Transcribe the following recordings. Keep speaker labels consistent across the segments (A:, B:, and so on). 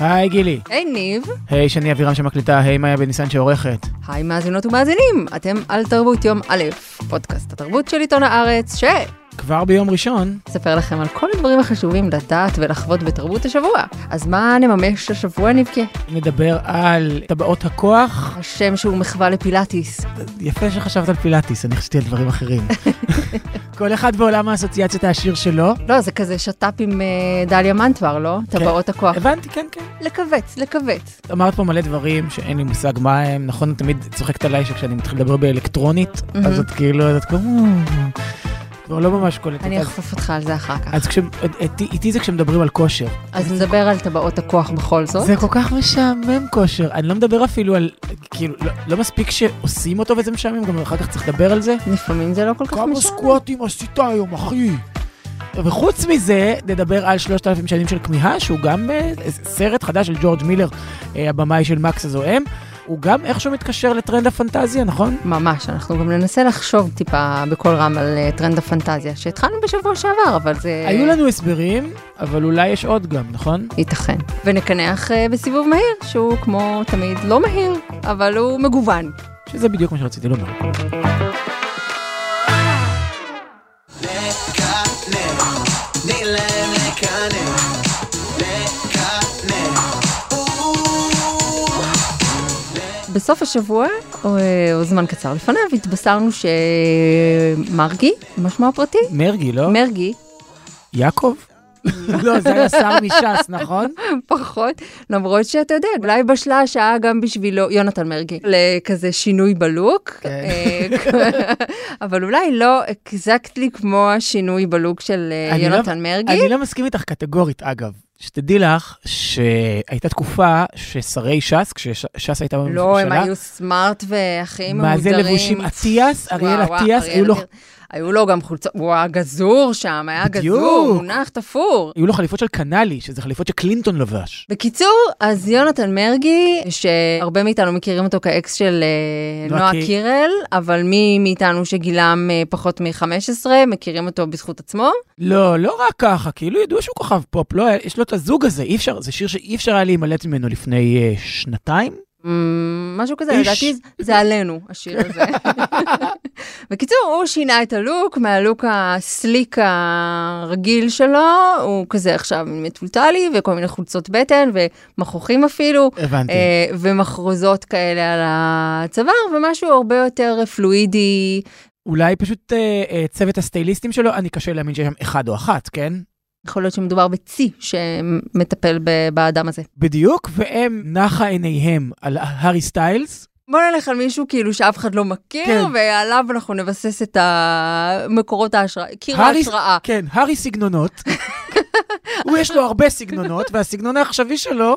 A: היי גילי.
B: היי ניב,
A: היי שני אבירם שמקליטה, היי מאיה בניסן שעורכת.
B: היי מאזינות ומאזינים, אתם על תרבות יום א', פודקאסט התרבות של עיתון הארץ,
A: כבר ביום ראשון,
B: שספר לכם על כל הדברים החשובים לדעת ולחוות בתרבות השבוע. אז מה נממש השבוע נבכה?
A: נדבר על טבעות הכוח.
B: השם שהוא מחווה לפילאטיס.
A: יפה שחשבת על פילאטיס, אני חשבתי על דברים אחרים. כל אחד בעולם האסוציאציות העשיר שלו.
B: לא, זה כזה שת"פ עם אה, דליה מנטבר, לא? טבעות הכוח.
A: הבנתי, כן, כן.
B: לכווץ, לכווץ.
A: אמרת פה מלא דברים שאין לי מושג מה הם. נכון, את תמיד צוחקת עליי שכשאני מתחיל לדבר באלקטרונית, אז את כאילו, את כבר... כבר לא ממש קולטת.
B: אני
A: אז-
B: אחפוף אותך על זה אחר כך.
A: אז כש- איתי- איתי זה כשמדברים על כושר.
B: אז נדבר על טבעות הכוח בכל זאת.
A: זה כל כך משעמם כושר. אני לא מדבר אפילו על, כאילו, לא, לא מספיק שעושים אותו וזה משעמם, גם אחר כך צריך לדבר על זה.
B: לפעמים זה לא כל כך משנה.
A: סקואטים עשית היום, אחי? וחוץ מזה, נדבר על 3,000 שנים של כמיהה, שהוא גם אה, סרט חדש של ג'ורג' מילר, אה, הבמאי של מקס הזוהם. הוא גם איכשהו מתקשר לטרנד הפנטזיה, נכון?
B: ממש, אנחנו גם ננסה לחשוב טיפה בקול רם על אה, טרנד הפנטזיה, שהתחלנו בשבוע שעבר, אבל זה...
A: היו לנו הסברים, אבל אולי יש עוד גם, נכון?
B: ייתכן. ונקנח אה, בסיבוב מהיר, שהוא כמו תמיד לא מהיר, אבל הוא מגוון.
A: שזה בדיוק מה שרציתי לומר.
B: בסוף השבוע, או, אה, או זמן קצר לפניו, התבשרנו שמרגי, מה שמו הפרטי?
A: מרגי, לא?
B: מרגי,
A: יעקב? לא, זה היה שר מש"ס, נכון?
B: פחות, למרות שאתה יודע, אולי בשלה השעה גם בשבילו, יונתן מרגי, לכזה שינוי בלוק,
A: כן.
B: אה, אבל אולי לא אקזקטלי כמו השינוי בלוק של אה,
A: אני לא-
B: יונתן מרגי.
A: אני לא מסכים איתך קטגורית, אגב. שתדעי לך שהייתה תקופה ששרי ש"ס, כשש"ס הייתה בממשלה,
B: לא, הם היו סמארט והכי ממודרים.
A: מה זה לבושים? אטיאס, אריאל
B: וואו, וואו,
A: אטיאס, היו
B: אריאל
A: לו-
B: אטיאס. היו לו גם חולצות, הוא היה גזור שם, היה
A: בדיוק.
B: גזור, מונח תפור.
A: היו לו חליפות של קנאלי, שזה חליפות שקלינטון לבש.
B: בקיצור, אז יונתן מרגי, שהרבה מאיתנו מכירים אותו כאקס של אה,
A: נועה
B: נועה
A: קי-
B: קירל, אבל מי מאיתנו שגילם אה, פחות מ-15 מכירים אותו בזכות עצמו.
A: לא, לא רק ככה, כאילו ידעו שהוא כוכב פופ, לא, היה- יש לו את הזוג הזה, אי אפשר, זה שיר שאי אפשר היה להימלט ממנו לפני אה, שנתיים.
B: Mm, משהו כזה,
A: איש.
B: לדעתי זה עלינו, השיר הזה. בקיצור, הוא שינה את הלוק מהלוק הסליק הרגיל שלו, הוא כזה עכשיו מטולטלי וכל מיני חולצות בטן ומכוחים אפילו.
A: הבנתי.
B: אה, ומחרוזות כאלה על הצוואר, ומשהו הרבה יותר פלואידי.
A: אולי פשוט אה, אה, צוות הסטייליסטים שלו, אני קשה להאמין שיש שם אחד או אחת, כן?
B: יכול להיות שמדובר בצי שמטפל ב- באדם הזה.
A: בדיוק, והם נחה עיניהם על הארי סטיילס,
B: בוא נלך על מישהו כאילו שאף אחד לא מכיר,
A: כן.
B: ועליו אנחנו נבסס את המקורות ההשראה, קיר
A: האריס-
B: ההשראה.
A: כן, הארי סגנונות. הוא יש לו הרבה סגנונות, והסגנון העכשווי שלו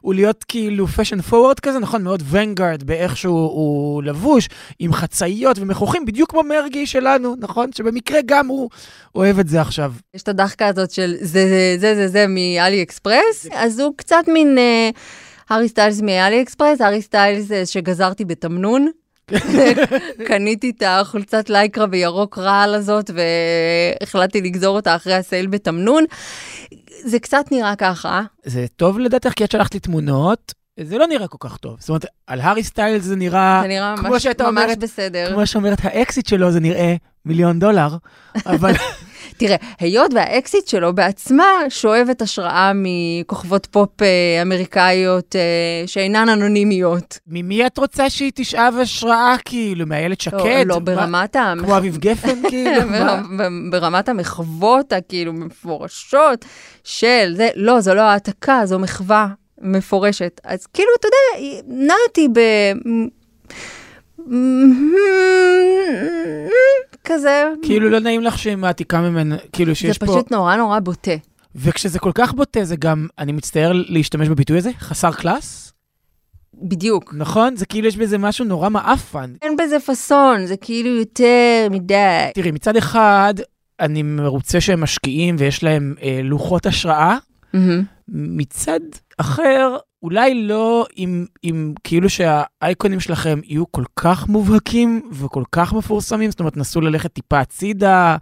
A: הוא להיות כאילו פשן פורוורד כזה, נכון, מאוד ונגארד באיך שהוא הוא לבוש, עם חצאיות ומכוחים, בדיוק כמו מרגי שלנו, נכון? שבמקרה גם הוא אוהב את זה עכשיו.
B: יש את הדחקה הזאת של זה זה זה זה זה מאלי אקספרס, אז הוא קצת מין אה, הארי סטיילס מאלי אקספרס, הארי סטיילס אה, שגזרתי בתמנון. קניתי את החולצת לייקרה בירוק רעל הזאת והחלטתי לגזור אותה אחרי הסייל בתמנון. זה קצת נראה ככה,
A: זה טוב לדעתך, כי את שלחת לי תמונות, זה לא נראה כל כך טוב. זאת אומרת, על הארי סטיילס זה נראה,
B: זה נראה
A: אה, כמו
B: ממש,
A: שהייתה
B: ממש
A: אומרת,
B: בסדר.
A: כמו שאומרת, האקזיט שלו זה נראה מיליון דולר, אבל
B: תראה, היות והאקזיט שלו בעצמה שואבת השראה מכוכבות פופ אה, אמריקאיות אה, שאינן אנונימיות.
A: ממי את רוצה שהיא תשאב השראה, כאילו, מאיילת שקד?
B: לא, לא
A: מה-
B: ברמת המח...
A: כמו אביב גפן, כאילו?
B: כן,
A: מה?
B: בר- ב- ברמת המחוות הכאילו מפורשות של זה, לא, זו לא העתקה, זו מחווה מפורשת. אז כאילו, אתה יודע, נעתי ב... כזה,
A: כאילו, לא נעים לך שהיא מעתיקה ממנו, כאילו
B: זה
A: שיש פה...
B: פשוט נורא נורא בוטה.
A: וכשזה כל כך בוטה, זה גם, אני מצטער להשתמש בביטוי הזה, חסר קלאס,
B: בדיוק.
A: נכון? זה כאילו יש בזה משהו נורא מעפן.
B: אין בזה פאסון, זה כאילו יותר מדי.
A: תראי, מצד אחד, אני מרוצה שהם משקיעים ויש להם אה, לוחות השראה,
B: מהמם.
A: מצד אחר, אולי לא אם, אם כאילו שהאייקונים שלכם יהיו כל כך מובהקים וכל כך מפורסמים, זאת אומרת, נסו ללכת טיפה הצידה,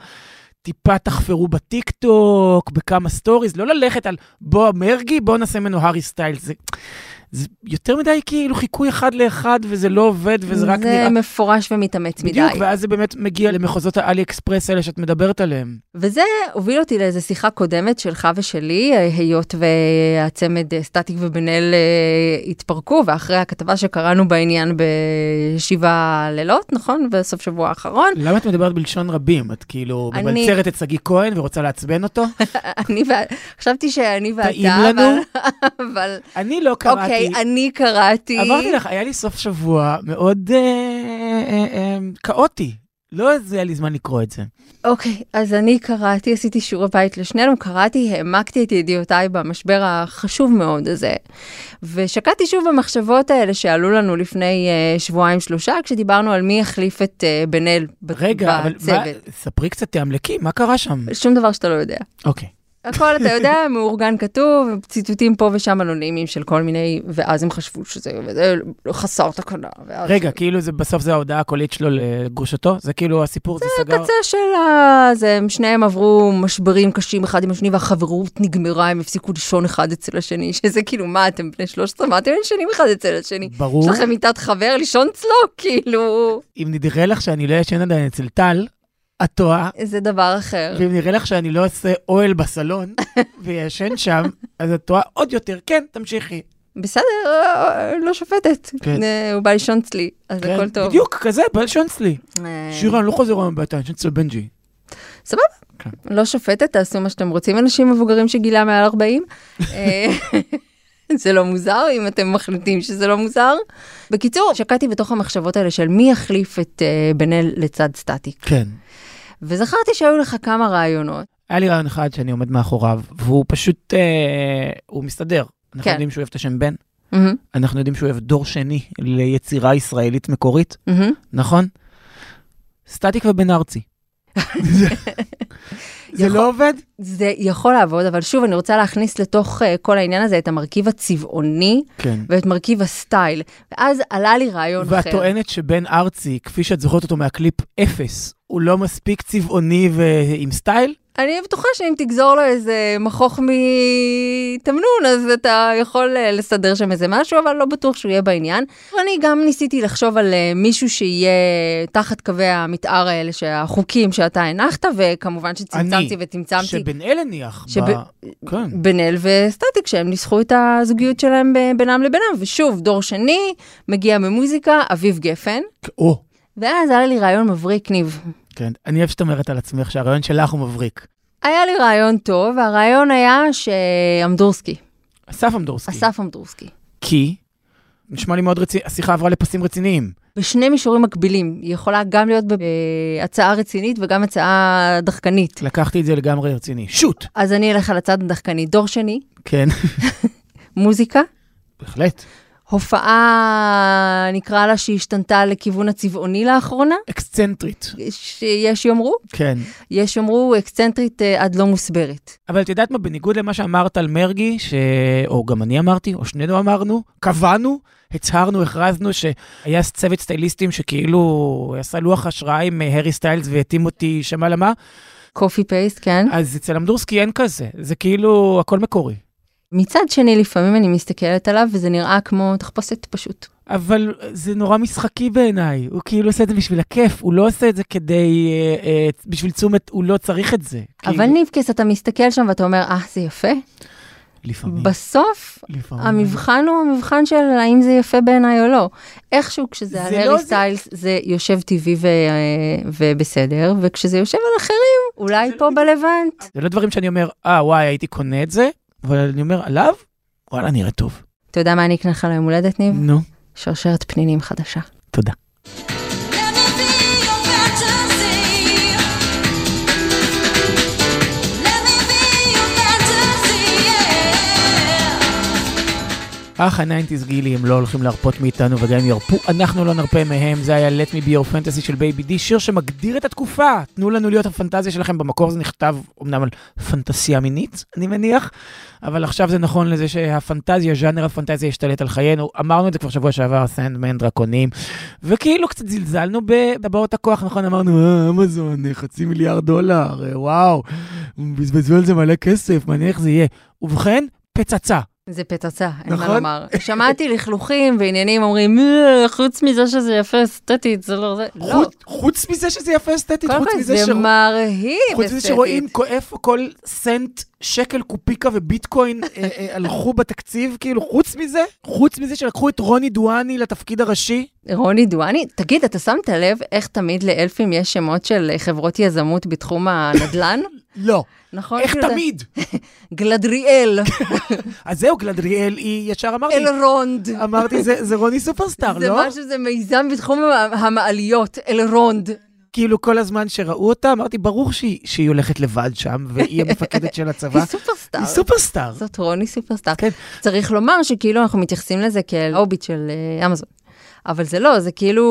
A: טיפה תחפרו בטיקטוק, בכמה סטוריז, לא ללכת על בוא מרגי, בוא נעשה ממנו הארי סטיילס. זה, זה יותר מדי כאילו חיקוי אחד לאחד, וזה לא עובד, וזה רק
B: זה
A: נראה...
B: מפורש ומתאמץ מדי.
A: בדיוק, ואז זה באמת מגיע למחוזות האלי אקספרס האלה שאת מדברת עליהם.
B: וזה הוביל אותי לאיזו שיחה קודמת שלך ושלי, אה, היות והצמד אה, סטטיק ובן אל אה, התפרקו, ואחרי הכתבה שקראנו בעניין בשבעה לילות, נכון? בסוף שבוע האחרון,
A: למה את מדברת בלשון רבים? את כאילו
B: אני-
A: מבלצרת את שגיא כהן ורוצה לעצבן אותו?
B: אני ו... חשבתי שאני ואתה,
A: טעים לנו?
B: אבל... אבל...
A: אני לא קראתי.
B: אוקיי, אני קראתי.
A: אמרתי לך, היה לי סוף שבוע מאוד אה, אה, אה, כאוטי. לא איזה היה לי זמן לקרוא את זה.
B: אוקיי, אז אני קראתי, עשיתי שיעורי בית לשנינו, קראתי, העמקתי את ידיעותיי במשבר החשוב מאוד הזה, ושקעתי שוב במחשבות האלה שעלו לנו לפני uh, שבועיים-שלושה, כשדיברנו על מי יחליף את uh, בן אל ב-
A: רגע, אבל
B: בצוות.
A: מה- ספרי קצת, תאמלקי, מה קרה שם?
B: שום דבר שאתה לא יודע.
A: אוקיי.
B: הכל אתה יודע, מאורגן כתוב, ציטוטים פה ושם אנונימיים של כל מיני, ואז הם חשבו שזה וזה חסר תקנה. ואז...
A: רגע, כאילו זה- בסוף זה ההודעה הקולית שלו לגרושתו? זה כאילו הסיפור, זה סגר?
B: הקצה של ה... זה, הם שניהם עברו משברים קשים אחד עם השני, והחברות נגמרה, הם הפסיקו לישון אחד אצל השני, שזה כאילו, מה, אתם בני 13? מה אתם ישנים אחד אצל השני? יש
A: ברור.
B: לכם מיטת חבר לישון אצלו, כאילו,
A: אם נראה לך שאני לא ישן עדיין אצל טל, את טועה.
B: זה דבר אחר.
A: ואם נראה לך שאני לא אעשה אוהל בסלון וישן שם, אז את טועה עוד יותר. כן, תמשיכי.
B: בסדר, אה, לא שופטת.
A: כן.
B: אה, הוא בא לישון אצלי, אז
A: כן,
B: הכל טוב.
A: בדיוק, כזה, בלשון אצלי.
B: אה,
A: שירה, אני לא חוזר היום הביתה, אני ישן אצל בנג'י.
B: סבבה.
A: כן.
B: לא שופטת, תעשו מה שאתם רוצים, אנשים מבוגרים שגילה מעל 40. אה, זה לא מוזר, אם אתם מחליטים שזה לא מוזר. בקיצור, שקעתי בתוך המחשבות האלה של מי יחליף את אה, בן אל לצד סטטיק.
A: כן.
B: וזכרתי שהיו לך כמה רעיונות.
A: היה לי רעיון אחד שאני עומד מאחוריו, והוא פשוט, אה, הוא מסתדר. אנחנו
B: כן.
A: יודעים שהוא אוהב את השם בן,
B: מהמם,
A: אנחנו יודעים שהוא אוהב דור שני ליצירה ישראלית מקורית,
B: מהמם.
A: נכון? סטטיק ובן ארצי. זה- זה
B: יכול-
A: לא עובד?
B: זה יכול לעבוד, אבל שוב, אני רוצה להכניס לתוך אה, כל העניין הזה את המרכיב הצבעוני
A: כן.
B: ואת מרכיב הסטייל. ואז עלה לי רעיון אחר.
A: ואת טוענת שבן ארצי, כפי שאת זוכרת אותו מהקליפ אפס, הוא לא מספיק צבעוני ועם סטייל?
B: אני בטוחה שאם תגזור לו איזה מכוך מתמנון, אז אתה יכול אה, לסדר שם איזה משהו, אבל לא בטוח שהוא יהיה בעניין. אני גם ניסיתי לחשוב על אה, מישהו שיהיה תחת קווי המתאר האלה, שהחוקים שאתה הנחת, וכמובן
A: אני,
B: שצמצמתי וצמצמתי.
A: שבן אל הניח.
B: שב-
A: ב- כן.
B: בן אל וסטטיק, שהם ניסחו את הזוגיות שלהם ב- בינם לבינם. ושוב, דור שני, מגיע ממוזיקה, אביב גפן,
A: או.
B: ואז היה לי רעיון מבריק, ניב.
A: כן. אני אוהב שאת אומרת על עצמך שהרעיון שלך הוא מבריק.
B: היה לי רעיון טוב, והרעיון היה שאמדורסקי,
A: אוקיי. אסף אמדורסקי.
B: אסף אמדורסקי.
A: כי, נשמע לי מאוד רציני, השיחה עברה לפסים רציניים.
B: בשני מישורים מקבילים. היא יכולה גם להיות בהצעה רצינית וגם הצעה דחקנית.
A: לקחתי את זה לגמרי רציני. שוט!
B: אז אני אלך על הצד הדחקני. דור שני,
A: כן,
B: מוזיקה,
A: בהחלט.
B: הופעה, נקרא לה, שהשתנתה לכיוון הצבעוני לאחרונה,
A: אקסצנטרית.
B: שיש יאמרו,
A: כן.
B: יש יאמרו אקסצנטרית אה, עד לא מוסברת.
A: אבל את יודעת מה, בניגוד למה שאמרת על מרגי, ש... או גם אני אמרתי, או שנינו אמרנו, קבענו, הצהרנו, הכרזנו שהיה צוות סטייליסטים שכאילו עשה לוח השראה עם אה, הארי סטיילס והתאים אותי שמה למה,
B: קופי פייסט, כן.
A: אז אצל אמדורסקי אין כזה, זה כאילו הכל מקורי.
B: מצד שני, לפעמים אני מסתכלת עליו וזה נראה כמו תחפושת פשוט.
A: אבל זה נורא משחקי בעיניי, הוא כאילו עושה את זה בשביל הכיף, הוא לא עושה את זה כדי, אה, אה, בשביל תשומת, הוא לא צריך את זה.
B: אבל
A: כאילו,
B: ניבקס, אתה מסתכל שם ואתה אומר, אה, זה יפה.
A: לפעמים,
B: בסוף,
A: לפעמים.
B: המבחן הוא המבחן של האם זה יפה בעיניי או לא. איכשהו כשזה
A: זה לא
B: על הארי
A: זה-
B: סטיילס זה יושב טבעי ו- אה, ובסדר, וכשזה יושב על אחרים, אולי פה בלבנט.
A: זה לא דברים שאני אומר, אה, וואי, הייתי קונה את זה, אבל אני אומר, עליו, וואלה, נראה טוב.
B: אתה יודע מה אני אקנה לך ליום הולדת, ניב?
A: נו,
B: שרשרת פנינים חדשה.
A: תודה.
C: Let me be your fantasy. Let me be your fantasy. Yeah.
A: אך הניינטיז גילי, הם לא הולכים להרפות מאיתנו, וגם אם ירפו, אנחנו לא נרפה מהם. זה היה Let me be your fantasy של בייבי די, שיר שמגדיר את התקופה. תנו לנו להיות הפנטזיה שלכם. במקור זה נכתב אמנם על פנטסיה מינית, אני מניח, אבל עכשיו זה נכון לזה שהפנטזיה, ז'אנר הפנטזיה השתלט על חיינו. אמרנו את זה כבר שבוע שעבר, סנדמן, דרקונים, וכאילו קצת זלזלנו בטבעות הכוח, נכון? אמרנו, "אה, אמזון, אה, חצי מיליארד דולר, אה, וואו, בזבזו על זה מלא כסף, מעניין איך זה יהיה. ובכן, פצצה.
B: זה פצצה, אין מה
A: נכון?
B: לומר. שמעתי לכלוכים ועניינים אומרים, "אה, חוץ מזה שזה יפה אסתטית, זה לא זה. לא,
A: חוץ, חוץ מזה שזה יפה אסתטית,
B: קודם
A: חוץ
B: כל
A: מזה
B: זה
A: שר-
B: מרהיב
A: חוץ מזה
B: אסתטית.
A: שרואים כ- איפה כל סנט, שקל, קופיקה וביטקוין אה, אה, הלכו בתקציב, כאילו, חוץ מזה, חוץ מזה שלקחו את רוני דואני לתפקיד הראשי,
B: רוני דואני, תגיד, אתה שמת לב איך תמיד לאלפים יש שמות של אה, חברות יזמות בתחום הנדל"ן?
A: לא.
B: נכון?
A: איך
B: כאילו זה-
A: תמיד?
B: גלדריאל,
A: אז זהו, גלדריאל, היא ישר אמרתי,
B: אלרונד.
A: אמרתי, זה זה רוני סופרסטאר,
B: זה
A: לא?
B: משהו, זה מיזם בתחום המ- המעליות, אלרונד.
A: כאילו, כל הזמן שראו אותה, אמרתי, ברור שהיא שהיא הולכת לבד שם, והיא המפקדת של הצבא.
B: היא סופרסטאר.
A: היא סופרסטאר.
B: זאת רוני סופרסטאר.
A: כן.
B: צריך לומר שכאילו אנחנו מתייחסים לזה כאל הוביט של אה, אמזון. אבל זה לא, זה כאילו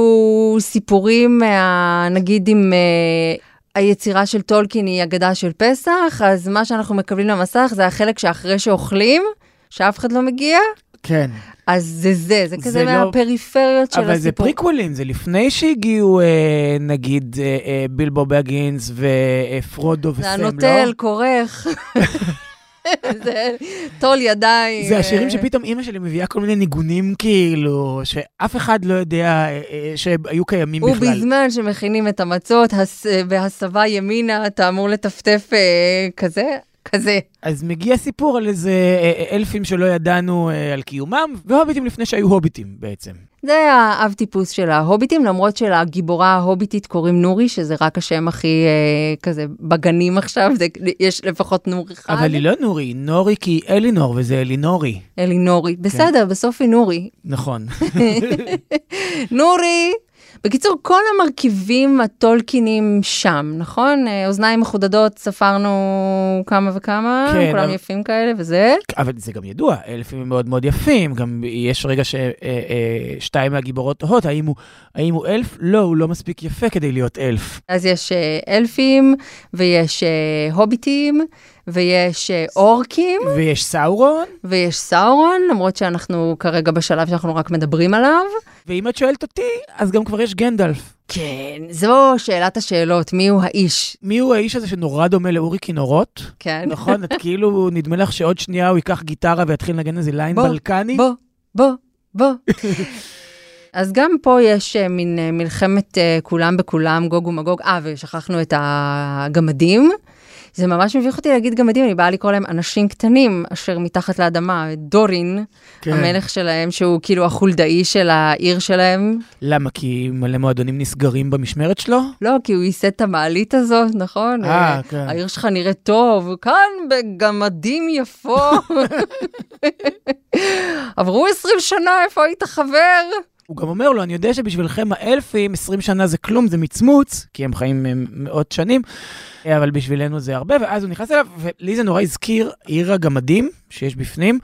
B: סיפורים, מה, נגיד אם אה, היצירה של טולקין היא אגדה של פסח, אז מה שאנחנו מקבלים למסך זה החלק שאחרי שאוכלים, שאף אחד לא מגיע,
A: כן.
B: אז זה זה, זה כזה
A: זה לא-
B: מהפריפריות של
A: אבל זה
B: הסיפור.
A: פריקוולים, זה לפני שהגיעו אה, נגיד אה, אה, בילבו בגינס ופרודו
B: זה
A: וסם,
B: הנוטל,
A: לא?
B: כורך. זה טול ידיים.
A: זה
B: אה,
A: השירים שפתאום אימא שלי מביאה כל מיני ניגונים כאילו, שאף אחד לא יודע אה, אה, שהיו קיימים בכלל.
B: ובזמן שמכינים את המצות, הס... בהסבה ימינה, אתה אמור לטפטף אה, כזה, כזה.
A: אז מגיע סיפור על איזה אה, אה, אלפים שלא ידענו אה, על קיומם, והוביטים לפני שהיו הוביטים בעצם.
B: זה האב טיפוס של ההוביטים, למרות שלגיבורה ההוביטית קוראים נורי, שזה רק השם הכי אה, כזה בגנים עכשיו, זה, יש לפחות נור אחד.
A: אבל היא לא נורי, היא נורי כי היא אלינור, וזה אלינורי.
B: אלינורי.
A: כן.
B: בסדר, בסוף היא נורי.
A: נכון.
B: נורי! בקיצור, כל המרכיבים הטולקינים שם, נכון? אה, אוזניים מחודדות, ספרנו כמה וכמה,
A: כן,
B: כולם
A: אבל-
B: יפים כאלה וזה.
A: אבל זה גם ידוע, אלפים הם מאוד מאוד יפים, גם יש רגע ששתיים מהגיבורות תוהות, האם הוא, האם הוא אלף? לא, הוא לא מספיק יפה כדי להיות אלף.
B: אז יש אה, אלפים, ויש אה, הוביטים, ויש אה, אורקים,
A: ויש סאורון,
B: ויש סאורון, למרות שאנחנו כרגע בשלב שאנחנו רק מדברים עליו.
A: ואם את שואלת אותי, אז גם כבר יש גנדלף.
B: כן, זו שאלת השאלות, מי הוא האיש?
A: מי הוא האיש הזה שנורא דומה לאורי כינורות?
B: כן.
A: נכון, את כאילו, נדמה לך שעוד שנייה הוא ייקח גיטרה ויתחיל לנגן איזה ליין
B: בוא,
A: בלקני?
B: בוא, בוא, בוא. אז גם פה יש אה, מין אה, מלחמת אה, כולם בכולם, גוג ומגוג. אה, ושכחנו את הגמדים. זה ממש מביך אותי להגיד גמדים, אני באה לקרוא להם אנשים קטנים אשר מתחת לאדמה, דורין,
A: כן.
B: המלך שלהם, שהוא כאילו החולדאי של העיר שלהם.
A: למה? כי מלא מועדונים נסגרים במשמרת שלו?
B: לא, כי הוא ייסד את המעלית הזאת, נכון?
A: אה, כן.
B: העיר שלך נראית טוב, כאן בגמדים יפו. עברו 20 שנה, איפה היית חבר?
A: הוא גם אומר לו, אני יודע שבשבילכם האלפים, 20 שנה זה כלום, זה מצמוץ, כי הם חיים אה, מאות שנים, אה, אבל בשבילנו זה הרבה, ואז הוא נכנס אליו, ולי זה נורא הזכיר עיר הגמדים שיש בפנים.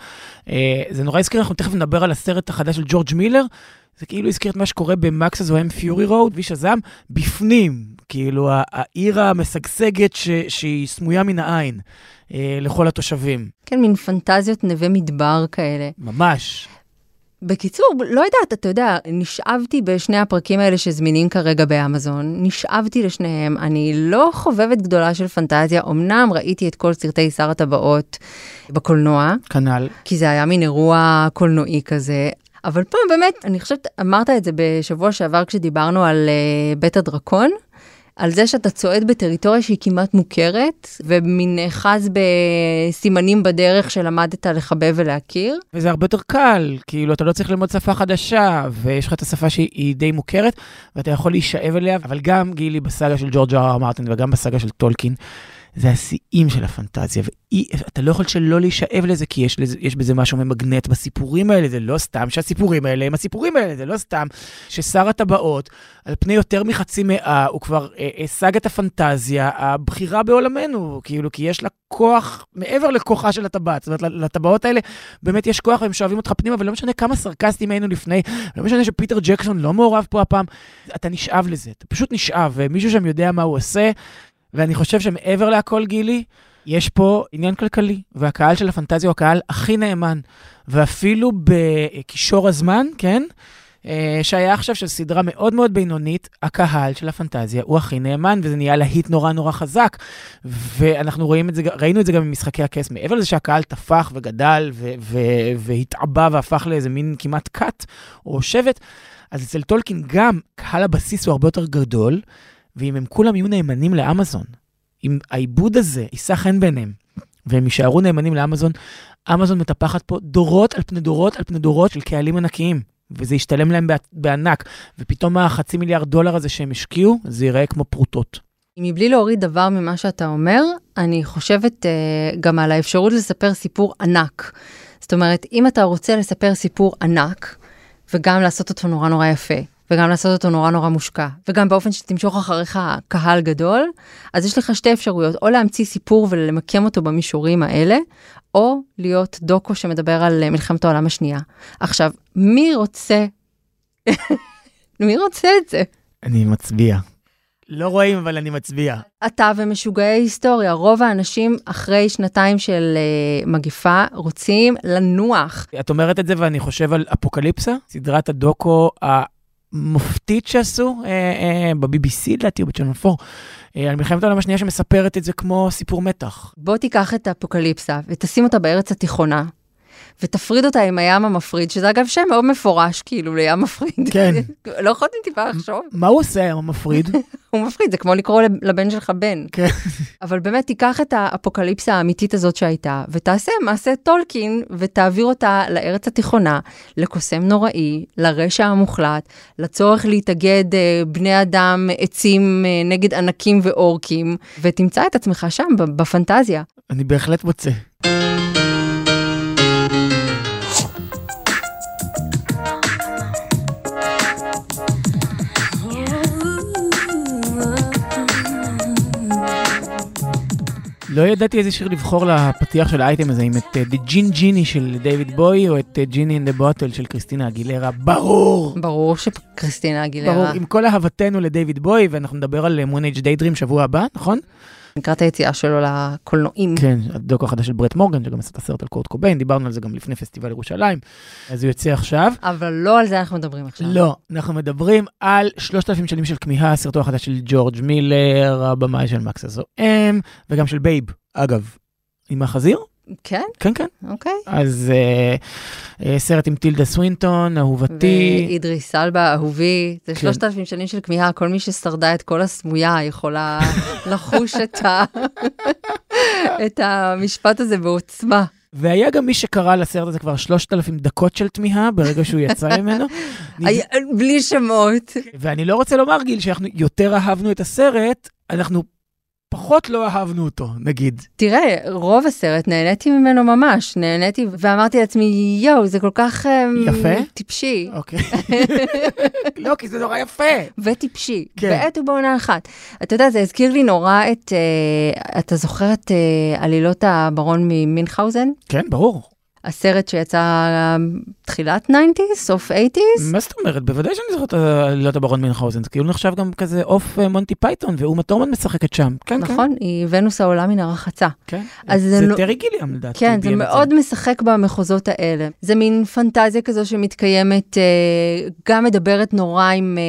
A: אה, זה נורא הזכיר, אנחנו תכף נדבר על הסרט החדש של ג'ורג' מילר. זה כאילו הזכיר את מה שקורה במקס הזוהם פיורי רוד, כביש הזעם, בפנים, כאילו ה- העיר המשגשגת ש- שהיא סמויה מן העין אה, לכל התושבים,
B: כן, מין פנטזיות נווה מדבר כאלה.
A: ממש.
B: בקיצור, לא יודעת, אתה יודע, נשאבתי בשני הפרקים האלה שזמינים כרגע באמזון, נשאבתי לשניהם, אני לא חובבת גדולה של פנטזיה, אמנם ראיתי את כל סרטי שר הטבעות בקולנוע,
A: כנ"ל.
B: כי זה היה מין אירוע קולנועי כזה. אבל פה באמת, אני חושבת, אמרת את זה בשבוע שעבר כשדיברנו על uh, בית הדרקון, על זה שאתה צועד בטריטוריה שהיא כמעט מוכרת, ומין נאחז בסימנים בדרך שלמדת לחבב ולהכיר.
A: וזה הרבה יותר קל, כאילו, אתה לא צריך ללמוד שפה חדשה, ויש לך את השפה שהיא היא די מוכרת, ואתה יכול להישאב אליה, אבל גם גילי בסאגה של ג'ורג' אר אר מרטין וגם בסאגה של טולקין, זה השיאים של הפנטזיה, ואתה לא יכול שלא להישאב לזה, כי יש, לזה, יש בזה משהו ממגנט בסיפורים האלה, זה לא סתם שהסיפורים האלה הם הסיפורים האלה, זה לא סתם ששר הטבעות, על פני יותר מחצי מאה, הוא כבר אה, השג את הפנטזיה, הבחירה בעולמנו, כאילו, כי יש לה כוח, מעבר לכוחה של הטבעת, זאת אומרת, לטבעות האלה באמת יש כוח, והם שואבים אותך פנימה, ולא משנה כמה סרקסטים היינו לפני, לא משנה שפיטר ג'קסון לא מעורב פה הפעם, אתה נשאב לזה, אתה פשוט נשאב, ומישהו שם יודע מה הוא עושה, ואני חושב שמעבר להכל, גילי, יש פה עניין כלכלי, והקהל של הפנטזיה הוא הקהל הכי נאמן, ואפילו בקישור הזמן, כן? אה, שהיה עכשיו של סדרה מאוד מאוד בינונית, הקהל של הפנטזיה הוא הכי נאמן, וזה נהיה להיט נורא נורא חזק. ואנחנו רואים את זה, ראינו את זה גם במשחקי הכס, מעבר לזה שהקהל טפח וגדל ו- ו- והתעבה והפך לאיזה מין כמעט כת או שבט, אז אצל טולקין גם קהל הבסיס הוא הרבה יותר גדול, ואם הם כולם יהיו נאמנים לאמזון, אם העיבוד הזה יישא חן בעיניהם, והם יישארו נאמנים לאמזון, אמזון מטפחת פה דורות על פני דורות על פני דורות של קהלים ענקיים. וזה ישתלם להם בעט- בענק, ופתאום החצי מיליארד דולר הזה שהם השקיעו, זה ייראה כמו פרוטות.
B: מבלי להוריד דבר ממה שאתה אומר, אני חושבת אה, גם על האפשרות לספר סיפור ענק. זאת אומרת, אם אתה רוצה לספר סיפור ענק, וגם לעשות אותו נורא נורא יפה, וגם לעשות אותו נורא נורא מושקע, וגם באופן שתמשוך אחריך קהל גדול, אז יש לך שתי אפשרויות, או להמציא סיפור ולמקם אותו במישורים האלה, או להיות דוקו שמדבר על אה, מלחמת העולם השנייה. עכשיו, מי רוצה... מי רוצה את זה?
A: אני מצביע. לא רואים, אבל אני מצביע.
B: אתה ומשוגעי היסטוריה, רוב האנשים אחרי שנתיים של uh, מגפה רוצים לנוח.
A: את אומרת את זה ואני חושב על אפוקליפסה, סדרת הדוקו המופתית שעשו אה, אה, ב-BBC לדעתי או בצ'אנל 4, אה, על מלחמת העולם השנייה שמספרת את זה כמו סיפור מתח.
B: בוא תיקח את האפוקליפסה ותשים אותה בארץ התיכונה, ותפריד אותה עם הים המפריד, שזה אגב שם מאוד מפורש כאילו לים מפריד.
A: כן.
B: לא יכולתי טיפה לחשוב.
A: מה הוא עושה היום המפריד?
B: הוא מפחיד, זה כמו לקרוא לב- לבן שלך בן.
A: כן.
B: אבל באמת, תיקח את האפוקליפסה האמיתית הזאת שהייתה, ותעשה מעשה טולקין, ותעביר אותה לארץ התיכונה, לקוסם נוראי, לרשע המוחלט, לצורך להתאגד אה, בני אדם, עצים אה, נגד ענקים ואורקים, ותמצא את עצמך שם, ב- בפנטזיה.
A: אני בהחלט מוצא. לא ידעתי איזה שיר לבחור לפתיח של האייטם הזה, אם את אה, The Gin Genie של דיוויד בוי או את אה, Genie in the Bottle של קריסטינה אגילרה. ברור!
B: ברור שקריסטינה אגילרה.
A: ברור, עם כל אהבתנו לדיוויד בוי, ואנחנו נדבר על אה, מונג' דיידרים שבוע הבא, נכון?
B: לקראת היציאה שלו לקולנועים.
A: כן, הדוקו החדש של ברט מורגן, שגם עשה את הסרט על קורט קוביין, דיברנו על זה גם לפני פסטיבל ירושלים, אז הוא יוצא עכשיו.
B: אבל לא על זה אנחנו מדברים עכשיו.
A: לא, אנחנו מדברים על 3,000 שנים של כמיהה, סרטו החדש של ג'ורג' מילר, הבמאי של מקס הזוהם, וגם של בייב, אגב. עם החזיר?
B: כן?
A: כן, כן.
B: אוקיי.
A: אז אה, אה, סרט עם טילדה סווינטון, אהובתי.
B: ואידריס סלבה, אהובי, זה
A: כן.
B: שלושת אלפים שנים של כמיהה, כל מי ששרדה את כל הסמויה יכולה לחוש את, ה... את המשפט הזה בעוצמה.
A: והיה גם מי שקרא לסרט הזה כבר 3,000 דקות של תמיהה ברגע שהוא יצא ממנו. נדמה-
B: היה- בלי שמות.
A: ואני לא רוצה לומר, גיל, שאנחנו יותר אהבנו את הסרט, אנחנו פחות לא אהבנו אותו, נגיד.
B: תראה, רוב הסרט נהניתי ממנו ממש, נהניתי ואמרתי לעצמי, יואו, זה כל כך אמ,
A: יפה?
B: טיפשי.
A: אוקיי. לא, כי זה נורא יפה.
B: וטיפשי,
A: כן.
B: כן. בעת ובעונה אחת. אתה יודע, זה הזכיר לי נורא את, אה, אתה זוכר את אה, עלילות הברון ממינכאוזן?
A: כן, ברור.
B: הסרט שיצא אה, תחילת 90's, סוף 80's,
A: מה זאת אומרת? בוודאי שאני זוכר את עלילות הברון מינכהאוזן, זה כאילו נחשב גם כזה עוף אה, מונטי פייתון, ואומה תורמן משחקת שם. כן, כן.
B: נכון? היא ונוס העולה מן הרחצה.
A: כן.
B: אז זה
A: זה
B: לא-
A: טרי גיליאם, לדעתי.
B: כן, זה
A: ביים את
B: מאוד משחק במחוזות האלה. זה מין פנטזיה כזו שמתקיימת, אה, גם מדברת נורא עם אה,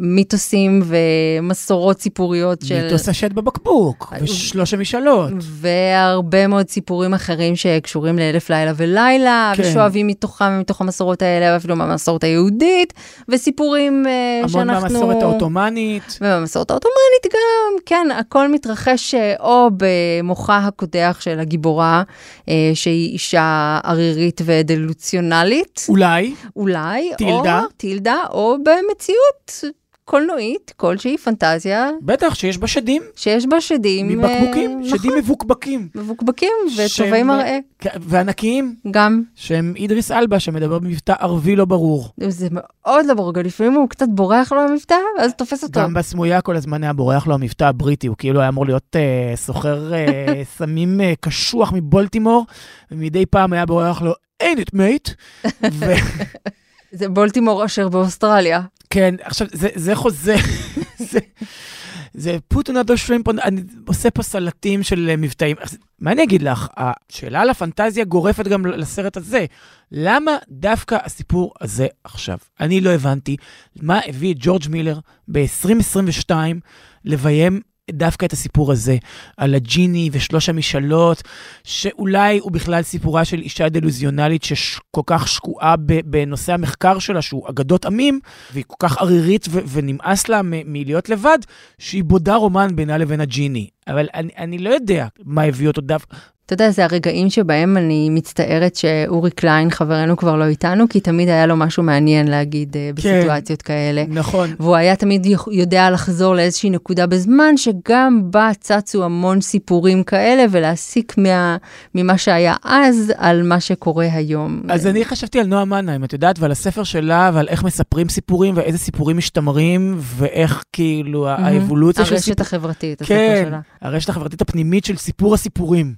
B: מיתוסים ומסורות סיפוריות של...
A: מיתוס השד בבקבוק, ושלוש המשאלות.
B: והרבה מאוד סיפורים אחרים שקשורים לאלף לילה ולילה,
A: כן.
B: כן. ושואבים מתוכם, מתוך המסורות האלה, ואפילו מהמסורת היהודית, וסיפורים אה,
A: המון
B: שאנחנו...
A: מהמסורת העות'מאנית.
B: ובמסורת העות'מאנית גם, כן, הכל מתרחש אה, או במוחה הקודח של הגיבורה, אה, שהיא אישה ערירית ודלוציונלית,
A: אולי,
B: אולי,
A: טילדה.
B: או, טילדה, או במציאות קולנועית כלשהי, פנטזיה,
A: בטח שיש בה שדים,
B: שיש בה שדים...
A: מבקבוקים,
B: אה,
A: שדים מבוקבקים.
B: מבוקבקים וטובי
A: שהם-
B: מראה
A: כן, וענקיים,
B: גם.
A: שהם אידריס אלבה, שמדבר במבטא ערבי לא ברור.
B: זה מאוד לא ברור, גם לפעמים הוא קצת בורח לו המבטא, ואז תופס אותו.
A: גם בסמויה כל הזמן היה בורח לו המבטא הבריטי, הוא כאילו היה אמור להיות אה, סוחר אה, סמים אה, קשוח מבולטימור, ומדי פעם היה בורח לו, אין it mate. ו-
B: זה בולטימור אשר באוסטרליה.
A: כן, עכשיו, זה, זה חוזה, זה, זה put another shrimp, on, אני עושה פה סלטים של אה, מבטאים. אז מה אני אגיד לך, השאלה על הפנטזיה גורפת גם לסרט הזה. למה דווקא הסיפור הזה עכשיו? אני לא הבנתי מה הביא את ג'ורג' מילר ב-2022 לביים דווקא את הסיפור הזה, על הג'יני ושלוש המשאלות, שאולי הוא בכלל סיפורה של אישה דלוזיונלית שכל כך שקועה ב- בנושא המחקר שלה, שהוא אגדות עמים, והיא כל כך ערירית ו- ונמאס לה מ- מלהיות לבד, שהיא בודה רומן בינה לבין הג'יני. אבל אני, אני לא יודע מה הביא אותו דווקא.
B: אתה יודע, זה הרגעים שבהם אני מצטערת שאורי קליין, חברנו, כבר לא איתנו, כי תמיד היה לו משהו מעניין להגיד
A: כן.
B: אה, בסיטואציות כאלה.
A: נכון.
B: והוא היה תמיד יכ- יודע לחזור לאיזושהי נקודה בזמן, שגם בה צצו המון סיפורים כאלה, ולהסיק מה, ממה שהיה אז על מה שקורה היום.
A: אז אני חשבתי על נועה מנהיים, את יודעת, ועל הספר שלה, ועל איך מספרים סיפורים, ואיזה סיפורים משתמרים, ואיך כאילו
B: מהמם.
A: האבולוציה של
B: הרשת
A: סיפור...
B: החברתית, הספר
A: כן,
B: שלה.
A: הרשת החברתית הפנימית של סיפור הסיפורים.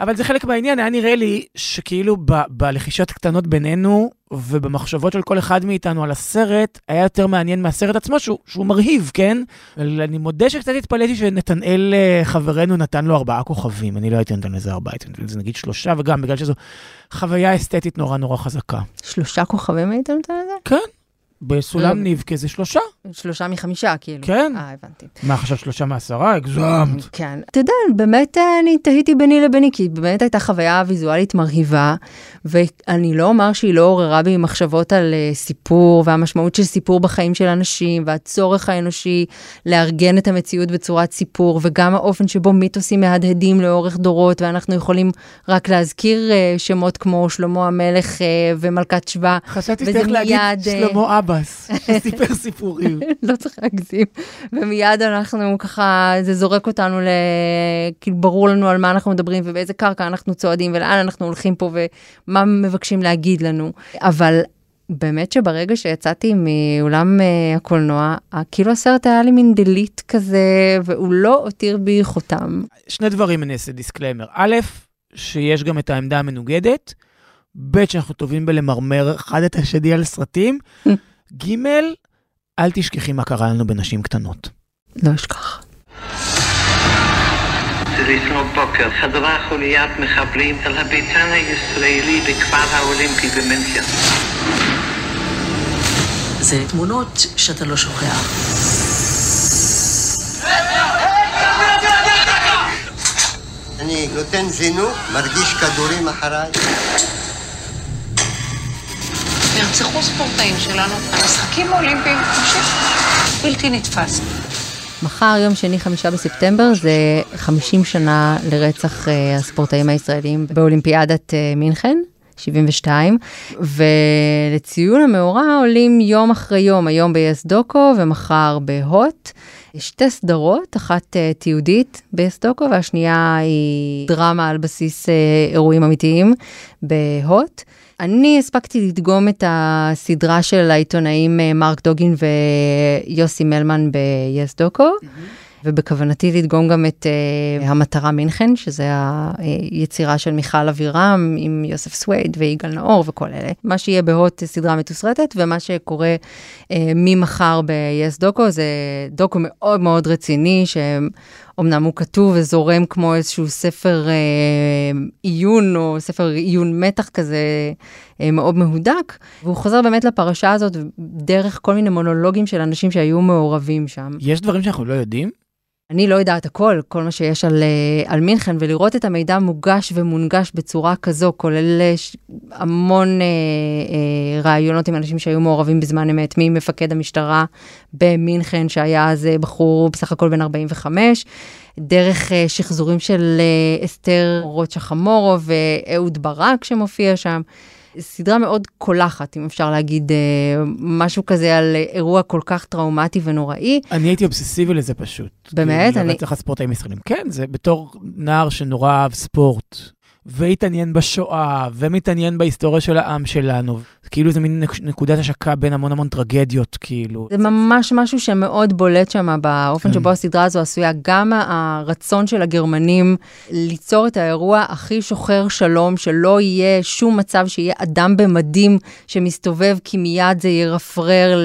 A: אבל זה חלק מהעניין, היה נראה לי שכאילו ב- בלחישות הקטנות בינינו ובמחשבות של כל אחד מאיתנו על הסרט, היה יותר מעניין מהסרט עצמו, שהוא, שהוא מרהיב, כן? אבל אני מודה שקצת התפלאתי שנתנאל אה, חברנו נתן לו ארבעה כוכבים, אני לא הייתי נותן לזה ארבעה, הייתי נותן לזה נגיד שלושה, וגם בגלל שזו חוויה אסתטית נורא נורא חזקה.
B: שלושה כוכבים היית נותן לזה? לא.
A: בסולם ניב כזה שלושה.
B: שלושה מחמישה, כאילו.
A: כן.
B: אה, הבנתי.
A: מה, חשבת שלושה מעשרה? הגזמת.
B: כן. אתה יודע, באמת אה, אני תהיתי ביני לביני, כי באמת הייתה חוויה ויזואלית מרהיבה, ואני לא אומר שהיא לא עוררה בי מחשבות על אה, סיפור, והמשמעות של סיפור בחיים של אנשים, והצורך האנושי לארגן את המציאות בצורת סיפור, וגם האופן שבו מיתוסים מהדהדים לאורך דורות, ואנחנו יכולים רק להזכיר אה, שמות כמו שלמה המלך אה, ומלכת שבא.
A: חשבתי
B: וזה
A: שצריך להגיד
B: מיד, אה,
A: שלמה עבאס, שסיפר סיפורים.
B: לא צריך להגזים. ומיד אנחנו ככה, זה זורק אותנו ל... כאילו ברור לנו על מה אנחנו מדברים ובאיזה קרקע אנחנו צועדים ולאן אנחנו הולכים פה ומה מבקשים להגיד לנו. אבל באמת שברגע שיצאתי מאולם אה, הקולנוע, אה, כאילו הסרט היה לי מין דליט כזה, והוא לא הותיר בי חותם.
A: שני דברים אני אעשה דיסקליימר. א', שיש גם את העמדה המנוגדת, ב', שאנחנו טובים בלמרמר אחד את השני על סרטים, ג', אל תשכחי מה קרה לנו בנשים קטנות.
B: לא אשכח.
D: לפנות בוקר חדרה חוליית מחבלים אל הביתן הישראלי בכפר האולימפי במינכן.
E: זה תמונות שאתה לא שוכח.
F: אני נותן זינוק, מרגיש כדורים אחריי.
G: נרצחו ספורטאים שלנו, המשחקים האולימפיים פשוט בלתי נתפס.
B: מחר, יום שני, חמישה בספטמבר, זה 50 שנה לרצח אה, הספורטאים הישראלים באולימפיאדת אה, מינכן. 72, ולציון המאורע עולים יום אחרי יום, היום ביס דוקו ומחר בהוט. שתי סדרות, אחת אה, תיעודית ביס דוקו והשנייה היא דרמה על בסיס אה, אירועים אמיתיים בהוט. אני הספקתי לדגום את הסדרה של העיתונאים אה, מרק דוגין ויוסי מלמן ביס דוקו. ובכוונתי לדגום גם את uh, המטרה מינכן, שזה היצירה של מיכל אבירם עם יוסף סווייד ויגאל נאור וכל אלה. מה שיהיה בהוט סדרה מתוסרטת, ומה שקורה uh, ממחר ב-yes דוקו, זה דוקו מאוד מאוד רציני, שאומנם הוא כתוב וזורם כמו איזשהו ספר uh, עיון, או ספר עיון מתח כזה אה, מאוד מהודק, והוא חוזר באמת לפרשה הזאת דרך כל מיני מונולוגים של אנשים שהיו מעורבים שם.
A: יש דברים שאנחנו לא יודעים?
B: אני לא יודעת הכל, כל מה שיש על, אה, על מינכן, ולראות את המידע מוגש ומונגש בצורה כזו, כולל אה, ש- המון אה, אה, ראיונות עם אנשים שהיו מעורבים בזמן אמת, ממפקד המשטרה במינכן, שהיה אז אה, בחור בסך הכל בן 45, דרך אה, שחזורים של אה, אסתר רוטשה חמורו ואהוד ברק שמופיע שם. סדרה מאוד קולחת, אם אפשר להגיד, אה, משהו כזה על אה, אירוע כל כך טראומטי ונוראי.
A: אני הייתי אובססיבי לזה פשוט.
B: באמת?
A: אני...
B: אני-
A: בטח הספורטאים ישראלים. כן, זה בתור נער שנורא אהב ספורט, והתעניין בשואה, ומתעניין בהיסטוריה של העם שלנו. כאילו זה מין נק- נקודת השקה בין המון המון טרגדיות, כאילו.
B: זה ממש משהו שמאוד בולט שם באופן
A: כן.
B: שבו הסדרה הזו עשויה. גם הרצון של הגרמנים ליצור את האירוע הכי שוחר שלום, שלא יהיה שום מצב שיהיה אדם במדים שמסתובב, כי מיד זה ירפרר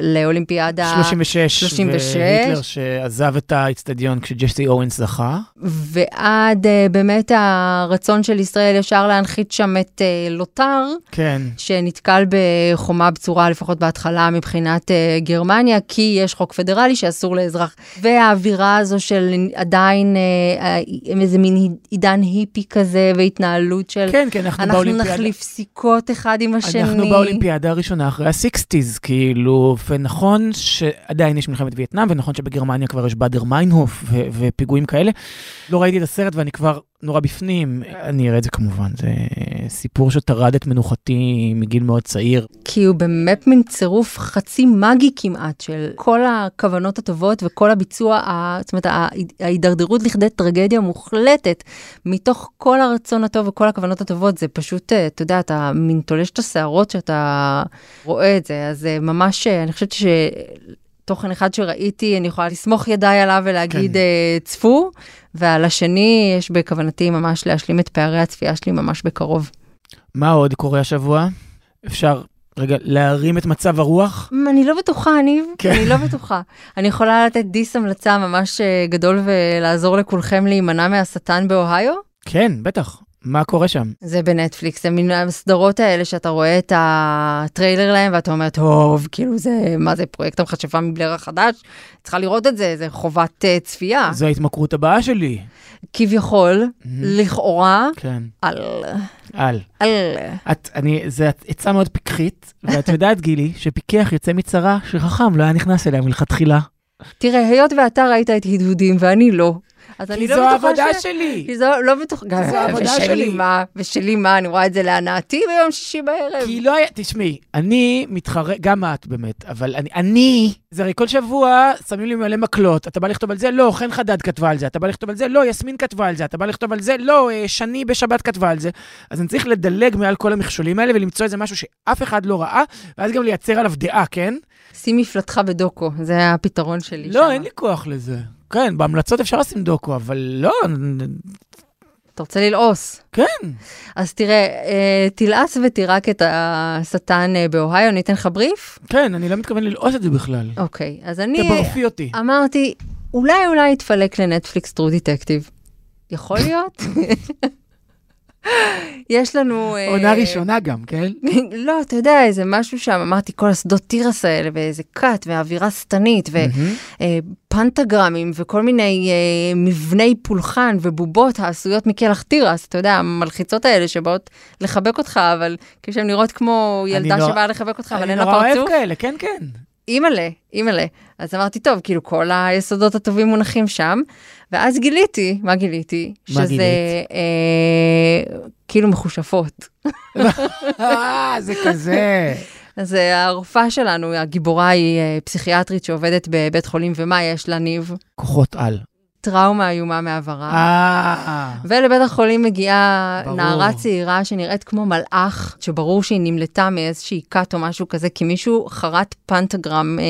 B: ל- לאולימפיאדה.
A: 36,
B: 36.
A: והיטלר שעזב את האיצטדיון כשג'סי אורנס זכה.
B: ועד אה, באמת הרצון של ישראל ישר להנחית שם את אה, לוטר,
A: כן.
B: שנתקל בחומה בצורה, לפחות בהתחלה, מבחינת אה, גרמניה, כי יש חוק פדרלי שאסור לאזרח. והאווירה הזו של עדיין אה, אה, איזה מין עידן היפי כזה, והתנהלות של...
A: כן, כן, אנחנו
B: אנחנו
A: באולימפיאדה.
B: נחליף סיכות אחד עם השני.
A: אנחנו באולימפיאדה הראשונה אחרי הסיקסטיז, כאילו, ונכון שעדיין יש מלחמת וייטנאם, ונכון שבגרמניה כבר יש באדר מיינהוף ו- ופיגועים כאלה. לא ראיתי את הסרט ואני כבר נורא בפנים. אני אראה את זה כמובן, זה סיפור שטרד את מנוחתי מגיל מאוד צעיר.
B: כי הוא באמת מין צירוף חצי מגי כמעט של כל הכוונות הטובות וכל הביצוע, ה- זאת אומרת, ה- ההידרדרות לכדי טרגדיה מוחלטת מתוך כל הרצון הטוב וכל הכוונות הטובות, זה פשוט, אה, אתה יודע, אתה מין תולש את השערות שאתה רואה את זה, אז אה, ממש, אה, אני חושבת ש... תוכן אחד שראיתי, אני יכולה לסמוך ידיי עליו ולהגיד
A: כן.
B: כן. צפו, ועל השני יש בכוונתי ממש להשלים את פערי הצפייה שלי ממש בקרוב.
A: מה עוד קורה השבוע? אפשר רגע להרים את מצב הרוח?
B: אמ, אני לא בטוחה, אני,
A: כן.
B: כן. אני לא בטוחה. אני יכולה לתת דיס המלצה ממש אה, גדול ולעזור לכולכם להימנע מהשטן באוהיו.
A: כן, בטח. מה קורה שם?
B: זה בנטפליקס, זה מן הסדרות האלה שאתה רואה את הטריילר להם ואתה אומר, טוב, כאילו זה, מה זה, פרויקט המכשפה מבלר החדש? צריכה לראות את זה, זה חובת אה, צפייה.
A: זו ההתמכרות הבאה שלי.
B: כביכול, לכאורה,
A: כן.
B: על,
A: על.
B: על.
A: את, אני, זה עצה מאוד פיקחית, ואת יודעת, גילי, שפיקח יוצא מצרה שחכם לא היה נכנס אליה מלכתחילה.
B: תראה, היות ואתה ראית את הדהודים ואני לא, אז אני לא בטוחה ש...
A: שלי.
B: כי זו לא בטוח, גם
A: זו העבודה
B: ושלי
A: שלי.
B: מה, ושלי מה, אני רואה את זה להנאתי ביום שישי בערב.
A: כי לא היה, תשמעי, אני מתחרה, גם את באמת, אבל אני, אני, זה הרי כל שבוע שמים לי מלא מקלות, אתה בא לכתוב על זה? לא, חן חדד כתבה על זה, אתה בא לכתוב על זה? לא, יסמין כתבה על זה, אתה בא לכתוב על זה? לא, אה, שני בשבת כתבה על זה. אז אני צריך לדלג מעל כל המכשולים האלה ולמצוא איזה משהו שאף אחד לא ראה, ואז גם לייצר עליו דעה, כן?
B: שים מפלטך בדוקו, זה הפתרון שלי.
A: לא,
B: שמה.
A: אין לי כוח לזה. כן, בהמלצות אפשר לשים דוקו, אבל לא,
B: אתה רוצה ללעוס.
A: כן.
B: אז תראה, אה, תלעס ותירק את השטן אה, באוהיו, אני אתן לך בריף?
A: כן, אני לא מתכוון ללעוס את זה בכלל.
B: אוקיי, אז אני
A: תבורפי אותי.
B: אמרתי, אולי אולי יתפלק לנטפליקס טרו דטקטיב. יכול להיות? יש לנו... אה,
A: עונה ראשונה גם, כן?
B: לא, אתה יודע, איזה משהו שם, אמרתי, כל השדות תירס האלה, ואיזה כת, ואווירה שטנית, ופנטגרמים, וכל מיני אה, מבני פולחן ובובות העשויות מקלח תירס, אתה יודע, המלחיצות האלה שבאות לחבק אותך, אבל כאילו שהן נראות כמו ילדה
A: נורא-
B: שבאה לחבק אותך, אבל
A: אני
B: אין לה
A: נורא אוהב
B: פרצוף.
A: כאלה, כן, כן.
B: אימא'לה, אימא'לה. אז אמרתי, טוב, כאילו כל היסודות הטובים מונחים שם, ואז גיליתי, מה גיליתי?
A: מה גילית?
B: שזה אה, כאילו מכושפות.
A: אה, זה כזה.
B: אז אה, הרופאה שלנו, הגיבורה היא אה, פסיכיאטרית שעובדת בבית חולים, ומה יש לה, ניב?
A: כוחות על.
B: טראומה איומה מעברה.
A: אה,
B: ולבית החולים מגיעה
A: ברור.
B: נערה צעירה שנראית כמו מלאך, שברור שהיא נמלטה מאיזושהי כת או משהו כזה, כי מישהו חרט פנטגרם אה,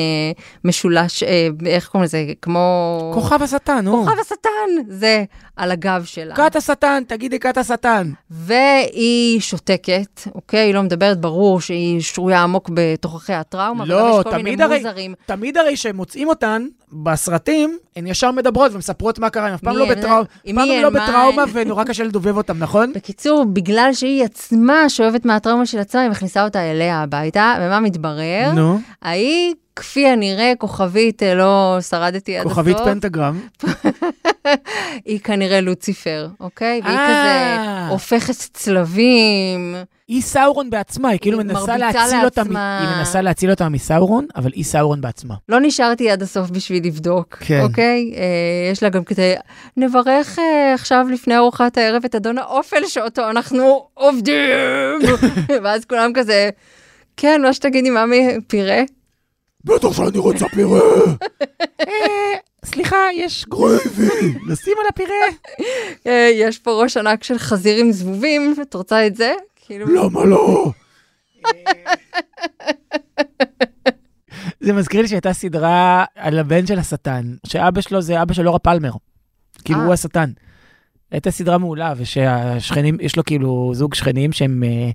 B: משולש, אה, איך קוראים לזה? כמו...
A: כוכב השטן, נו.
B: כוכב השטן! זה על הגב שלה.
A: כת השטן, תגידי כת השטן.
B: והיא שותקת, אוקיי? היא לא מדברת, ברור שהיא שרויה עמוק בתוככי הטראומה, וגם
A: לא,
B: יש כל
A: תמיד
B: מיני
A: הרי,
B: מוזרים.
A: תמיד הרי כשהם מוצאים אותן בסרטים, הן ישר מדברות ומספרות מה קרה, הן אף פעם
B: מי
A: לא
B: הן?
A: בטראומה,
B: עם
A: אף פעם
B: מי
A: הן
B: הן?
A: לא
B: מה
A: בטראומה
B: הן?
A: ונורא קשה לדובב אותן, נכון?
B: בקיצור, בגלל שהיא עצמה שואבת מהטראומה של עצמה, היא מכניסה אותה אליה הביתה, ומה מתברר?
A: נו,
B: ההיא, כפי הנראה, כוכבית, אה, לא שרדתי עד הסוף.
A: כוכבית פנטגרם.
B: היא כנראה לוציפר, אוקיי? והיא
A: אה.
B: כזה הופכת צלבים.
A: היא סאורון בעצמה, היא כאילו
B: היא
A: מנסה
B: מרביצה
A: להציל אותה, מ-
B: לעצמה.
A: היא מנסה להציל אותה מסאורון, אבל היא סאורון בעצמה.
B: לא נשארתי עד הסוף בשביל לבדוק,
A: כן.
B: אוקיי? אה, יש לה גם כדי... נברך אה, עכשיו לפני ארוחת הערב את אדון האופל שאותו אנחנו עובדים. ואז כולם כזה, כן, מה שתגידי, מה מפירה?
A: בטח שאני רוצה פירה. אה, סליחה, יש גרייבי, נשים על הפירה.
B: אה, יש פה ראש ענק של חזיר עם זבובים, את רוצה את זה? כאילו,
A: למה לא? זה מזכיר לי שהייתה סדרה על הבן של השטן, שאבא שלו זה אבא של אורה פלמר. כאילו
B: אה.
A: הוא השטן. הייתה סדרה מעולה, ושהשכנים, יש לו כאילו זוג שכנים שהם אה,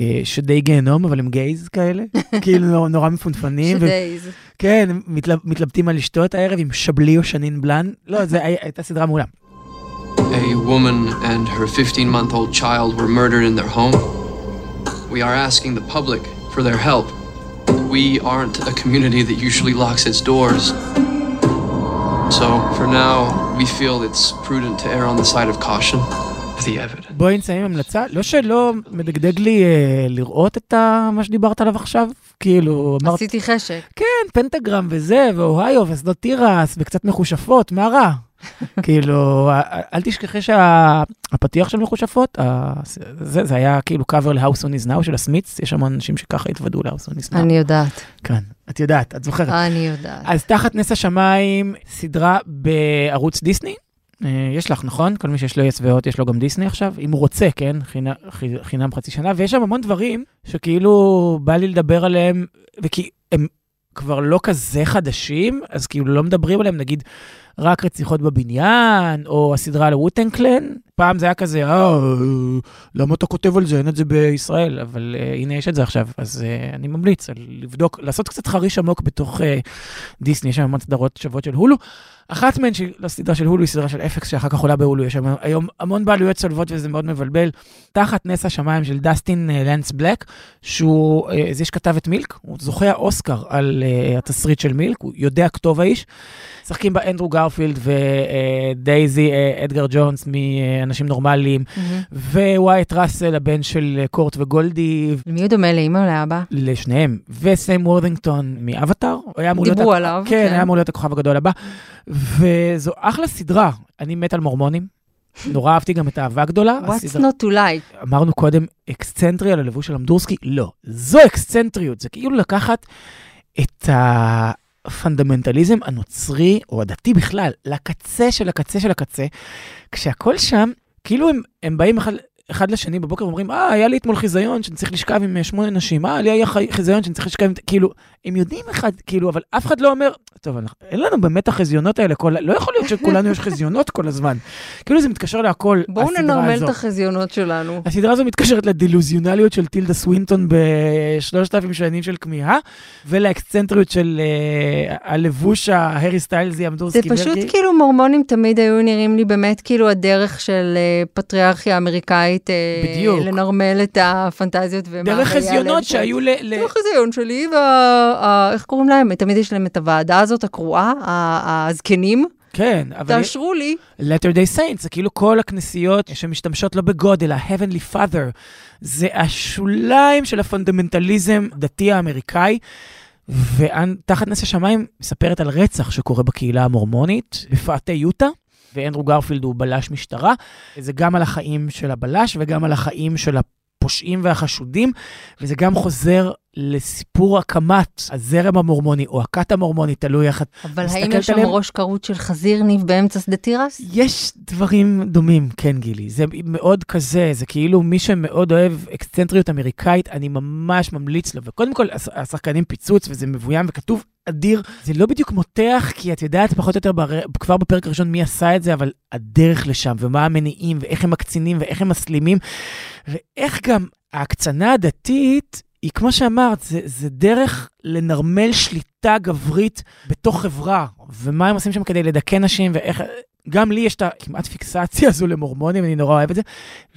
A: אה, שדי גיהנום, אבל הם גייז כאלה. כאילו נורא מפונפנים. ו-
B: שדייז.
A: כן, הם מתלב- מתלבטים על לשתות הערב עם שבלי או שנין בלאן. לא, זה היה- הייתה סדרה מעולה.
H: A woman and her 15 month old child were murdered in their home. We are asking the public for their help. We aren't a community that usually locks its doors. So, for now, we feel it's prudent to err on the side of caution. The evidence.
A: בואי נסיים המלצה. לא שלא מדגדג לי אה, לראות את ה- מה שדיברת עליו עכשיו, כאילו, אמרת,
B: עשיתי חשק.
A: כן, פנטגרם וזה, ואוהיו, ושדות תירס, וקצת מחושפות, מה רע? כאילו, א- א- אל תשכחי שהפתיח של מחושפות, ה- זה זה היה כאילו קאבר ל-House on is Now של הסמיץ, יש המון אנשים שככה התוודו ל-House on is Now.
B: אני יודעת,
A: כן, את יודעת, את זוכרת.
B: אני יודעת.
A: אז תחת נס השמיים, סדרה בערוץ דיסני. אה, יש לך, נכון? כל מי שיש לו יס והוט, יש לו גם דיסני עכשיו, אם הוא רוצה, כן? חינה, חי- חינם חצי שנה, ויש שם המון דברים שכאילו בא לי לדבר עליהם, וכי הם כבר לא כזה חדשים, אז כאילו לא מדברים עליהם, נגיד, רק רציחות בבניין, או הסדרה על ווטן קלן. פעם זה היה כזה, אה, למה אתה כותב על זה? אין את זה בישראל, אבל אה, הנה יש את זה עכשיו, אז אה, אני ממליץ על לבדוק, לעשות קצת חריש עמוק בתוך אה, דיסני, יש שם המון סדרות שוות של הולו. אחת מהן, שהיא לא סדרה של הולו, היא סדרה של אפקס, שאחר כך עולה בהולו. יש שם היום המון בעלויות צולבות וזה מאוד מבלבל. תחת נס השמיים של דסטין אה, לנס בלק, שהוא, אה, זה שכתב את מילק, הוא זוכה האוסקר על אה, התסריט של מילק, הוא יודע כתוב האיש. משחקים בה אנדרו גרפילד ודייזי אה, אדגר ג'ונס מאנשים נורמליים,
B: מהמם.
A: ווייט ראסל, הבן של אה, קורט וגולדי,
B: למי הוא דומה, לאמא או לאבא?
A: לשניהם, וסם וורדינגטון מאבטאר. הוא היה אמור
B: דיברו
A: להיות
B: עליו,
A: כן,
B: כן.
A: היה אמור להיות הכוכב הגדול הבא. וזו אחלה סדרה. אני מת על מורמונים. נורא אהבתי גם את האהבה הגדולה.
B: What's
A: הסדרה-
B: not to like?
A: אמרנו קודם, אקסצנטרי על הלבוש של אמדורסקי? לא. זו אקסצנטריות. זה כאילו לקחת את הפונדמנטליזם הנוצרי, או הדתי בכלל, לקצה של הקצה של הקצה, כשהכול שם, כאילו הם, הם באים אחד... אחד לשני בבוקר ואומרים, אה, היה לי אתמול חיזיון שאני צריך לשכב עם אה, שמונה נשים, אה, לי היה חי- חיזיון שאני צריך לשכב עם... כאילו, הם יודעים אחד, כאילו, אבל אף אחד לא אומר, טוב, אנחנו- אין לנו באמת החזיונות האלה, כל... ה- לא יכול להיות שכולנו יש חזיונות כל הזמן. כאילו זה מתקשר להכל,
B: בואו
A: הסדרה
B: ננרמל
A: הזו.
B: את החזיונות שלנו.
A: הסדרה הזו מתקשרת לדילוזיונליות של טילדה סווינטון בשלושת אלפים שנים של כמיהה, ולאקסצנטריות של אה, הלבוש ההרי סטיילזי
B: זה
A: אמדורסקי
B: פשוט
A: מרגי.
B: כאילו מורמונים תמיד היו נראים לי באמת כאילו הדרך של אה, פטריארכיה אמריקאית אה,
A: בדיוק.
B: לנרמל את הפנטזיות ומה
A: דרך
B: היה להם
A: חזיונות
B: שם.
A: שהיו ל... ל-
B: זה החזיון שלי וה... ה- איך קוראים להם? תמיד יש להם את הוועדה הזאת הקרואה, ה- הזקנים.
A: כן, אבל...
B: תאשרו לי.
A: letter day saints, זה כאילו כל הכנסיות שמשתמשות לא בגודל, ה-heavenly father, זה השוליים של הפונדמנטליזם הדתי האמריקאי. ותחת נס השמיים מספרת על רצח שקורה בקהילה המורמונית בפאתי יוטה, ואנדרו גרפילד הוא בלש משטרה. זה גם על החיים של הבלש וגם על החיים של הפושעים והחשודים, וזה גם חוזר לסיפור הקמת הזרם המורמוני או הכת המורמונית, תלוי איך את
B: אבל האם
A: מסתכלת
B: יש שם
A: עליהם?
B: ראש כרות של חזיר ניב באמצע שדה תירס?
A: יש דברים דומים, כן, גילי. זה מאוד כזה, זה כאילו מי שמאוד אוהב אקסצנטריות אמריקאית, אני ממש ממליץ לו. וקודם כל, הש- השחקנים פיצוץ, וזה מבוים וכתוב אדיר. זה לא בדיוק מותח, כי את יודעת פחות או יותר בר... כבר בפרק הראשון מי עשה את זה, אבל הדרך לשם, ומה המניעים, ואיך הם מקצינים, ואיך הם מסלימים, ואיך גם ההקצנה הדתית... היא כמו שאמרת, זה, זה דרך לנרמל שליטה גברית בתוך חברה, ומה הם עושים שם כדי לדכא נשים, ואיך, גם לי יש את הכמעט פיקסציה הזו למורמונים, אני נורא אוהב את זה,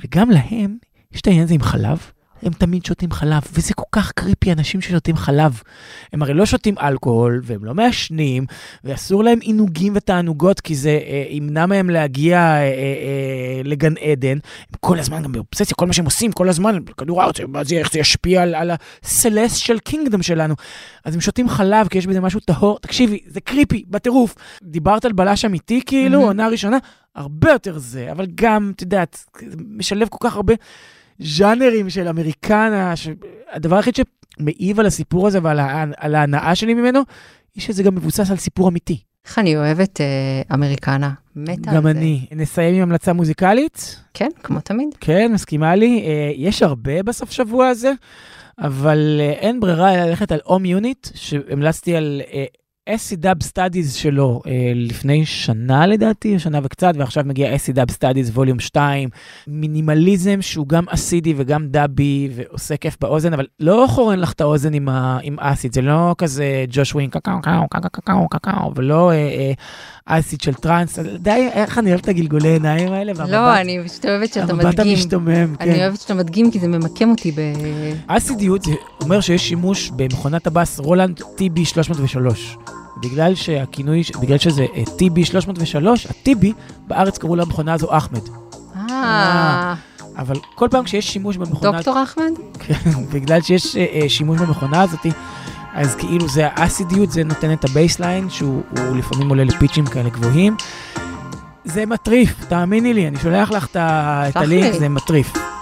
A: וגם להם יש את העניין הזה עם חלב. הם תמיד שותים חלב, וזה כל כך קריפי, אנשים ששותים חלב. הם הרי לא שותים אלכוהול, והם לא מעשנים, ואסור להם עינוגים ותענוגות, כי זה אה, ימנע מהם להגיע אה, אה, אה, לגן עדן. הם כל הזמן גם באובססיה, כל מה שהם עושים, כל הזמן, כדור הארץ, מה זה, איך זה ישפיע על, על הסלס של קינגדום שלנו. אז הם שותים חלב, כי יש בזה משהו טהור. תקשיבי, זה קריפי, בטירוף. דיברת על בלש אמיתי, כאילו,
B: מהמם.
A: עונה ראשונה, הרבה יותר זה, אבל גם, את יודעת, זה משלב כל כך הרבה ז'אנרים של אמריקנה, ש... הדבר היחיד שמעיב על הסיפור הזה ועל ה... על ההנאה שלי ממנו, היא שזה גם מבוסס על סיפור אמיתי.
B: איך אני אוהבת אה, אמריקנה. מתה על
A: גם
B: זה.
A: אני. נסיים עם המלצה מוזיקלית?
B: כן, כמו תמיד.
A: כן, מסכימה לי. אה, יש הרבה בסוף שבוע הזה, אבל אה, אין ברירה אלא ללכת על הום יוניט, שהמלצתי על אה, אסי דאב סטאדיז שלו אה, לפני שנה לדעתי, שנה וקצת, ועכשיו מגיע אסי דאב סטאדיז ווליום 2. מינימליזם שהוא גם אסידי וגם דאבי ועושה כיף באוזן, אבל לא חורן לך את האוזן עם, ה, עם אסיד, זה לא כזה ג'וש ווין קקאו קקאו קקאו קקאו קקאו, ולא אה, אה, אסיד של טראנס. אז די, איך אני אוהב את הגלגולי העיניים האלה? והמבט.
B: לא, אני פשוט אוהבת שאתה
A: המבט
B: מדגים.
A: המשתומם,
B: אני
A: כן.
B: אוהבת שאתה מדגים כי זה ממקם אותי ב...
A: אסידיות זה אומר שיש שימוש במכונת הבאס רולנד TB303. בגלל שהכינוי, ש- בגלל שזה אה, TB303, ה-TB, בארץ קראו למכונה הזו אחמד.
B: אה,
A: אבל כל פעם כשיש שימוש במכונה...
B: דוקטור אחמד?
A: כן, בגלל שיש אה, אה, שימוש במכונה הזאת, אז כאילו זה האסידיות, זה נותן את הבייסליין, שהוא הוא לפעמים עולה לפיצ'ים כאלה גבוהים. זה מטריף, תאמיני לי, אני שולח לך את ה- את
B: שלח
A: הלינק,
B: לי.
A: זה מטריף.